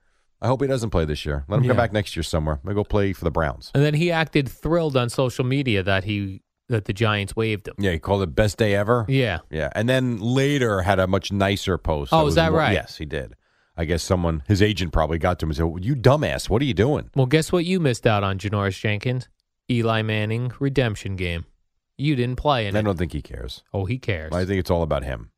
Speaker 4: I hope he doesn't play this year. Let him
Speaker 2: Yeah.
Speaker 4: come back next year somewhere. Maybe go play for the Browns.
Speaker 2: And then he acted thrilled on social media that he that the Giants waived him.
Speaker 4: Yeah, he called it best day ever.
Speaker 2: Yeah.
Speaker 4: Yeah, and then later had a much nicer post.
Speaker 2: Oh,
Speaker 4: It
Speaker 2: is
Speaker 4: was
Speaker 2: that right?
Speaker 4: Yes, he did. I guess someone, his agent, probably got to him and said, well, "You dumbass, what are you doing?"
Speaker 2: Well, guess what you missed out on, Janoris Jenkins? Eli Manning redemption game. You didn't play in
Speaker 4: I
Speaker 2: it.
Speaker 4: don't think he cares.
Speaker 2: Oh, he cares.
Speaker 4: I think it's all about him.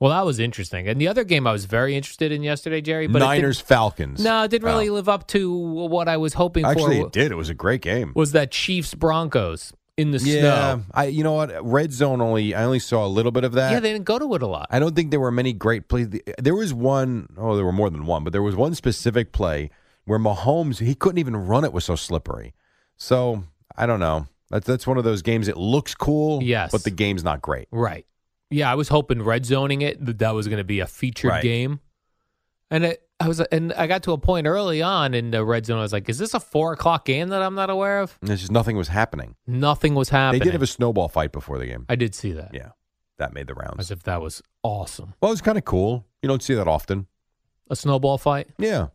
Speaker 2: Well, that was interesting. And the other game I was very interested in yesterday, Jerry, but it didn't-
Speaker 4: Niners, Falcons.
Speaker 2: No, it didn't really
Speaker 4: Oh.
Speaker 2: live up to what I was hoping
Speaker 4: Actually,
Speaker 2: for.
Speaker 4: it did. It was a great game.
Speaker 2: Was that Chiefs Broncos in the
Speaker 4: yeah,
Speaker 2: snow?
Speaker 4: I. You know what? Red zone only. I only saw a little bit of that.
Speaker 2: yeah, they didn't go to it a lot.
Speaker 4: I don't think there were many great plays. The- There was one oh there were more than one, but there was one specific play where Mahomes he couldn't even run. It was so slippery. So I don't know. That's that's one of those games. It looks cool,
Speaker 2: Yes.
Speaker 4: but the game's not great.
Speaker 2: Right. Yeah, I was hoping red zoning it that that was going to be a featured
Speaker 4: Right.
Speaker 2: game, and it, I was and I got to a point early on in the red zone. I was like, "Is this a four o'clock game that I'm not aware of?"
Speaker 4: And It's just nothing was happening.
Speaker 2: Nothing was happening.
Speaker 4: They did have a snowball fight before the game.
Speaker 2: I did see that.
Speaker 4: yeah, that made the
Speaker 2: As
Speaker 4: rounds.
Speaker 2: if that was awesome.
Speaker 4: Well, it was kind of cool. You don't see that often.
Speaker 2: A snowball fight.
Speaker 4: Yeah.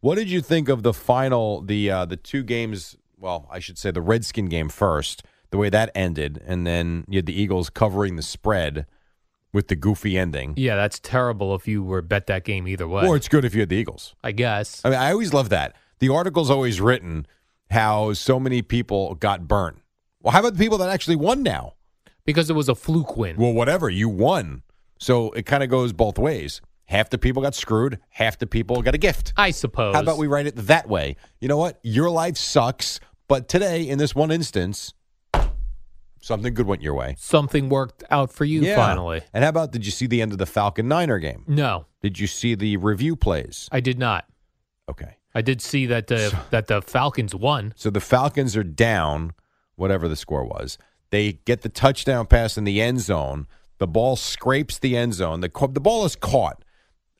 Speaker 4: What did you think of the final, the uh, the two games? Well, I should say the Redskin game first, the way that ended, and then you had the Eagles covering the spread with the goofy ending.
Speaker 2: Yeah, that's terrible. If you were bet that game either way,
Speaker 4: Or it's Uh, good if you had the Eagles.
Speaker 2: I guess.
Speaker 4: I mean, I always love that. The article's always written how so many people got burnt. Well, how about the people that actually won now?
Speaker 2: because it was a fluke win.
Speaker 4: Well, whatever, you won. So it kind of goes both ways. Half the people got screwed, half the people got a gift.
Speaker 2: I suppose.
Speaker 4: How about we write it that way? You know what? Your life sucks, but today, in this one instance, something good went your way.
Speaker 2: something worked out for you finally?
Speaker 4: And how about did you see the end of the Falcon Niner game?
Speaker 2: No,
Speaker 4: Did you see the review plays?
Speaker 2: I did not.
Speaker 4: Okay.
Speaker 2: I did see that the that the Falcons won.
Speaker 4: So the Falcons are down, whatever the score was. They get the touchdown pass in the end zone. The ball scrapes the end zone. The, co- the ball is caught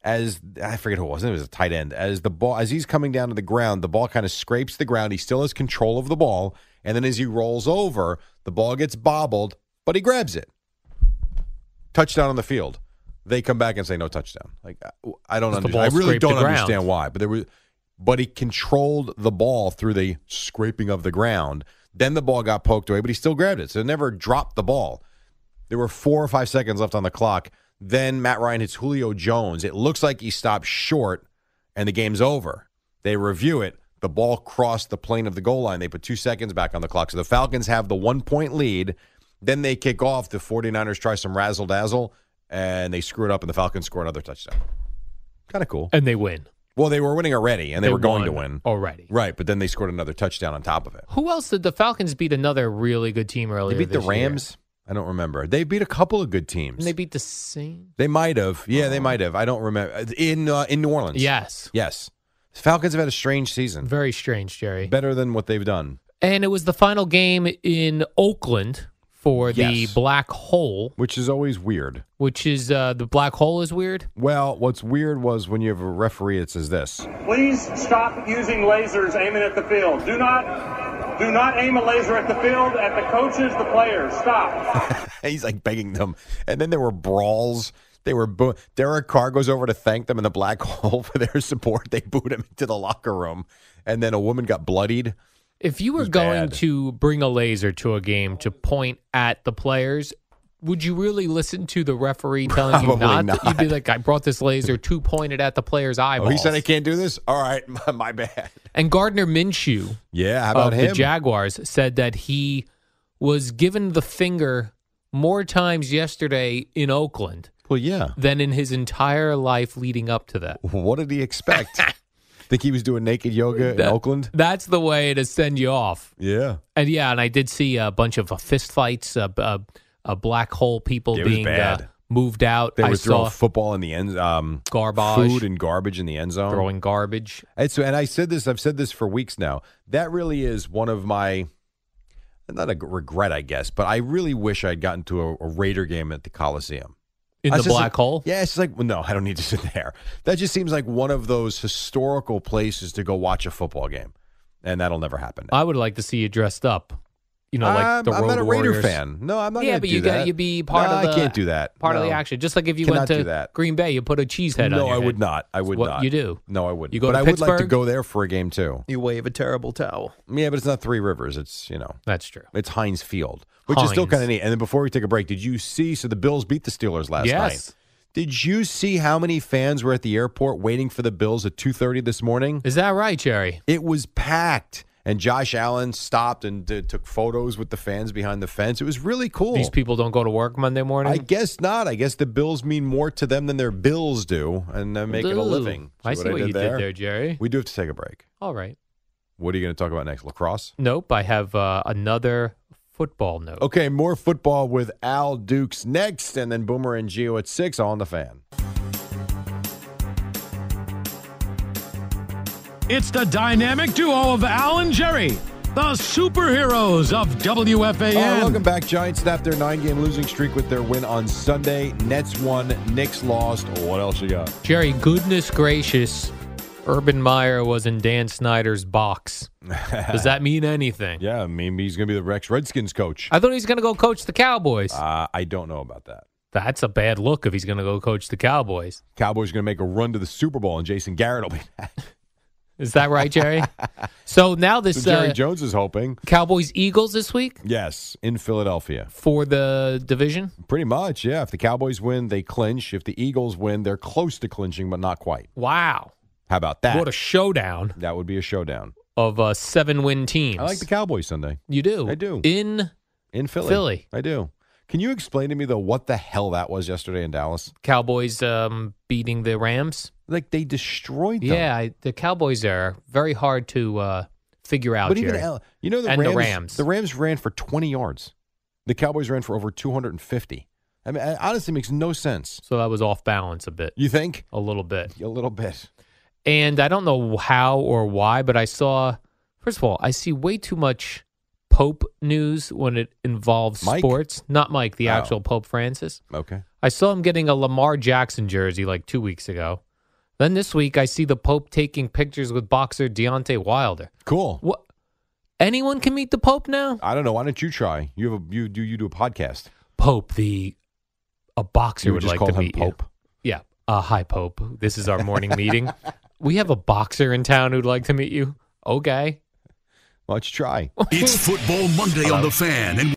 Speaker 4: as I forget who it was. It was a tight end. As the ball as he's coming down to the ground, the ball kind of scrapes the ground. He still has control of the ball, and then as he rolls over, the ball gets bobbled, but he grabs it. Touchdown on the field. They come back and say no touchdown. Like I I don't
Speaker 2: Because the
Speaker 4: understand.
Speaker 2: ball
Speaker 4: I really
Speaker 2: scraped the
Speaker 4: don't
Speaker 2: ground.
Speaker 4: understand why, but there was but he controlled the ball through the scraping of the ground. Then the ball got poked away, but he still grabbed it. So it never dropped the ball. There were four or five seconds left on the clock. Then Matt Ryan hits Julio Jones. It looks like he stopped short and the game's over. They review it. The ball crossed the plane of the goal line. They put two seconds back on the clock. So the Falcons have the one point lead. Then they kick off. The 49ers try some razzle dazzle and they screw it up, and the Falcons score another touchdown. Kind of cool.
Speaker 2: and they win.
Speaker 4: Well, they were winning already and they, were going to
Speaker 2: won Oh.
Speaker 4: win.
Speaker 2: already.
Speaker 4: Right. But then they scored another touchdown on top of it.
Speaker 2: Who else did the Falcons beat? Another really good team
Speaker 4: They
Speaker 2: earlier.
Speaker 4: beat the
Speaker 2: this year.
Speaker 4: Rams. I don't remember. They beat a couple of good teams.
Speaker 2: And they beat the Saints.
Speaker 4: They might have. Yeah, they might have. I don't remember. In uh, in New Orleans.
Speaker 2: Yes,
Speaker 4: Yes. Falcons have had a strange season.
Speaker 2: very strange, Jerry.
Speaker 4: Better than what they've done,
Speaker 2: and it was the final game in Oakland for
Speaker 4: Yes.
Speaker 2: the black hole,
Speaker 4: which is always weird.
Speaker 2: which is uh, the black hole is weird.
Speaker 4: Well, what's weird was when you have a referee that says this.
Speaker 6: Please stop using lasers aiming at the field. Do not do not aim a laser at the field, at the coaches, the players. Stop.
Speaker 4: He's like begging them. And then there were brawls. They were boo- Derek Carr goes over to thank them in the black hole for their support. They booed him into the locker room. And then a woman got bloodied.
Speaker 2: If you were
Speaker 4: was
Speaker 2: going
Speaker 4: bad.
Speaker 2: to bring a laser to a game to point at the players, would you really listen to the referee telling you
Speaker 4: Probably
Speaker 2: not?
Speaker 4: not.
Speaker 2: You'd be like, "I brought this laser to point it at the player's
Speaker 4: Oh,
Speaker 2: eyeballs."
Speaker 4: he said I can't do this? All right, my, my bad.
Speaker 2: and Gardner Minshew
Speaker 4: Yeah, how
Speaker 2: of
Speaker 4: about him?
Speaker 2: the Jaguars said that he was given the finger more times yesterday in Oakland
Speaker 4: Well, yeah.
Speaker 2: than in his entire life leading up to that.
Speaker 4: What did he expect? Think he was doing naked yoga in
Speaker 2: That-
Speaker 4: Oakland?
Speaker 2: That's the way to send you off.
Speaker 4: Yeah.
Speaker 2: And yeah, and I did see a bunch of uh, fist fights, uh, b- uh, uh, black hole people
Speaker 4: It was
Speaker 2: being uh,
Speaker 4: bad.
Speaker 2: moved out.
Speaker 4: They
Speaker 2: I
Speaker 4: were throwing
Speaker 2: saw
Speaker 4: football in the end, um,
Speaker 2: Garbage.
Speaker 4: food and garbage in the end zone.
Speaker 2: throwing garbage.
Speaker 4: And so, and I said this, I've said this for weeks now. That really is one of my, not a g- regret, I guess, but I really wish I'd gotten to a, a Raider game at the Coliseum.
Speaker 2: In
Speaker 4: That's
Speaker 2: the
Speaker 4: just
Speaker 2: black
Speaker 4: like-
Speaker 2: hole?
Speaker 4: Yeah, it's like, well, no, I don't need to sit there. That just seems like one of those historical places to go watch a football game, and that'll never happen.
Speaker 2: I would like to see you dressed up. You know, like
Speaker 4: I'm,
Speaker 2: the
Speaker 4: I'm
Speaker 2: Road
Speaker 4: not a Raider
Speaker 2: Warriors.
Speaker 4: fan. No, I'm not.
Speaker 2: yeah,
Speaker 4: gonna
Speaker 2: but
Speaker 4: do
Speaker 2: you
Speaker 4: that.
Speaker 2: got you be part
Speaker 4: No,
Speaker 2: of the
Speaker 4: I can't do that.
Speaker 2: Part of
Speaker 4: No.
Speaker 2: the action. Just like if you
Speaker 4: Cannot
Speaker 2: went to
Speaker 4: do that.
Speaker 2: Green Bay, you put a cheese head on
Speaker 4: No,
Speaker 2: your
Speaker 4: I
Speaker 2: head.
Speaker 4: would not. I
Speaker 2: It's
Speaker 4: would
Speaker 2: what
Speaker 4: not.
Speaker 2: You do.
Speaker 4: No, I wouldn't.
Speaker 2: You go
Speaker 4: but
Speaker 2: to
Speaker 4: I would like to
Speaker 2: Pittsburgh?
Speaker 4: go there for a game too.
Speaker 7: You wave a terrible towel.
Speaker 4: Yeah, but it's not Three Rivers. It's you know,
Speaker 2: That's true.
Speaker 4: it's Heinz Field, which is still
Speaker 2: Heinz.
Speaker 4: kind of neat. And then before we take a break, did you see? So the Bills beat the Steelers last
Speaker 2: yes.
Speaker 4: night. Did you see how many fans were at the airport waiting for the Bills at two thirty this morning?
Speaker 2: Is that right, Jerry?
Speaker 4: It was packed. And Josh Allen stopped and did, took photos with the fans behind the fence. It was really cool.
Speaker 2: These people don't go to work Monday morning.
Speaker 4: I guess not. I guess the bills mean more to them than their bills do, and they make it a
Speaker 2: Ooh.
Speaker 4: living.
Speaker 2: I see what you did there, Jerry.
Speaker 4: We do have to take a break.
Speaker 2: All right.
Speaker 4: What are you going to talk about next? Lacrosse.
Speaker 2: Nope. I have uh, another football note.
Speaker 4: Okay, more football with Al Dukes next, and then Boomer and Geo at six on the fan.
Speaker 5: It's the dynamic duo of Al and Jerry, the superheroes of WFAN.
Speaker 4: All right, welcome back. Giants snapped their nine-game losing streak with their win on Sunday. Nets won, Knicks lost. What else you got?
Speaker 2: Jerry, goodness gracious, Urban Meyer was in Dan Snyder's box. Does that mean anything?
Speaker 4: Yeah, I mean he's going to be the Rex Redskins coach.
Speaker 2: I thought he was going to go coach the Cowboys.
Speaker 4: Uh, I don't know about that.
Speaker 2: That's a bad look if he's going to go coach the Cowboys.
Speaker 4: Cowboys going to make a run to the Super Bowl, and Jason Garrett will be back.
Speaker 2: Is that right, Jerry? so now this
Speaker 4: So Jerry
Speaker 2: uh,
Speaker 4: Jones is hoping.
Speaker 2: Cowboys Eagles this week
Speaker 4: Yes, in Philadelphia.
Speaker 2: for the division.
Speaker 4: Pretty much, yeah. If the Cowboys win, they clinch. If the Eagles win, they're close to clinching, but not quite.
Speaker 2: Wow.
Speaker 4: How about that?
Speaker 2: What a showdown
Speaker 4: that would be a showdown.
Speaker 2: of uh, seven win teams.
Speaker 4: I like the Cowboys Sunday
Speaker 2: You do?
Speaker 4: I do.
Speaker 2: In
Speaker 4: in Philly.
Speaker 2: Philly.
Speaker 4: I do. Can you explain to me, though, what the hell that was yesterday in Dallas?
Speaker 2: Cowboys um, beating the Rams.
Speaker 4: Like, they destroyed them.
Speaker 2: Yeah, I, the Cowboys are very hard to uh, figure out.
Speaker 4: But
Speaker 2: Jerry.
Speaker 4: even, Al- you know, the
Speaker 2: And the
Speaker 4: Rams,
Speaker 2: Rams.
Speaker 4: The Rams ran for 20 yards, the Cowboys ran for over 250. I mean, it honestly makes no sense.
Speaker 2: so that was off balance a bit,
Speaker 4: You think?
Speaker 2: a little bit.
Speaker 4: A little bit.
Speaker 2: And I don't know how or why, but I saw. First of all, I see way too much Pope news when it involves
Speaker 4: Mike?
Speaker 2: sports. Not Mike, the
Speaker 4: Oh.
Speaker 2: actual Pope Francis.
Speaker 4: Okay.
Speaker 2: I saw him getting a Lamar Jackson jersey like two weeks ago. Then this week, I see the Pope taking pictures with boxer Deontay Wilder.
Speaker 4: Cool.
Speaker 2: What? Anyone can meet the Pope now?
Speaker 4: I don't know. Why don't you try? You have a, you do you do a podcast.
Speaker 2: Pope, the a boxer
Speaker 4: You
Speaker 2: would
Speaker 4: would just
Speaker 2: like
Speaker 4: call
Speaker 2: to
Speaker 4: him
Speaker 2: meet you.
Speaker 4: Pope?
Speaker 2: Yeah, uh, hi Pope. This is our morning meeting. We have a boxer in town who'd like to meet you. Okay.
Speaker 4: Let's try.
Speaker 3: It's Football Monday on the fan, and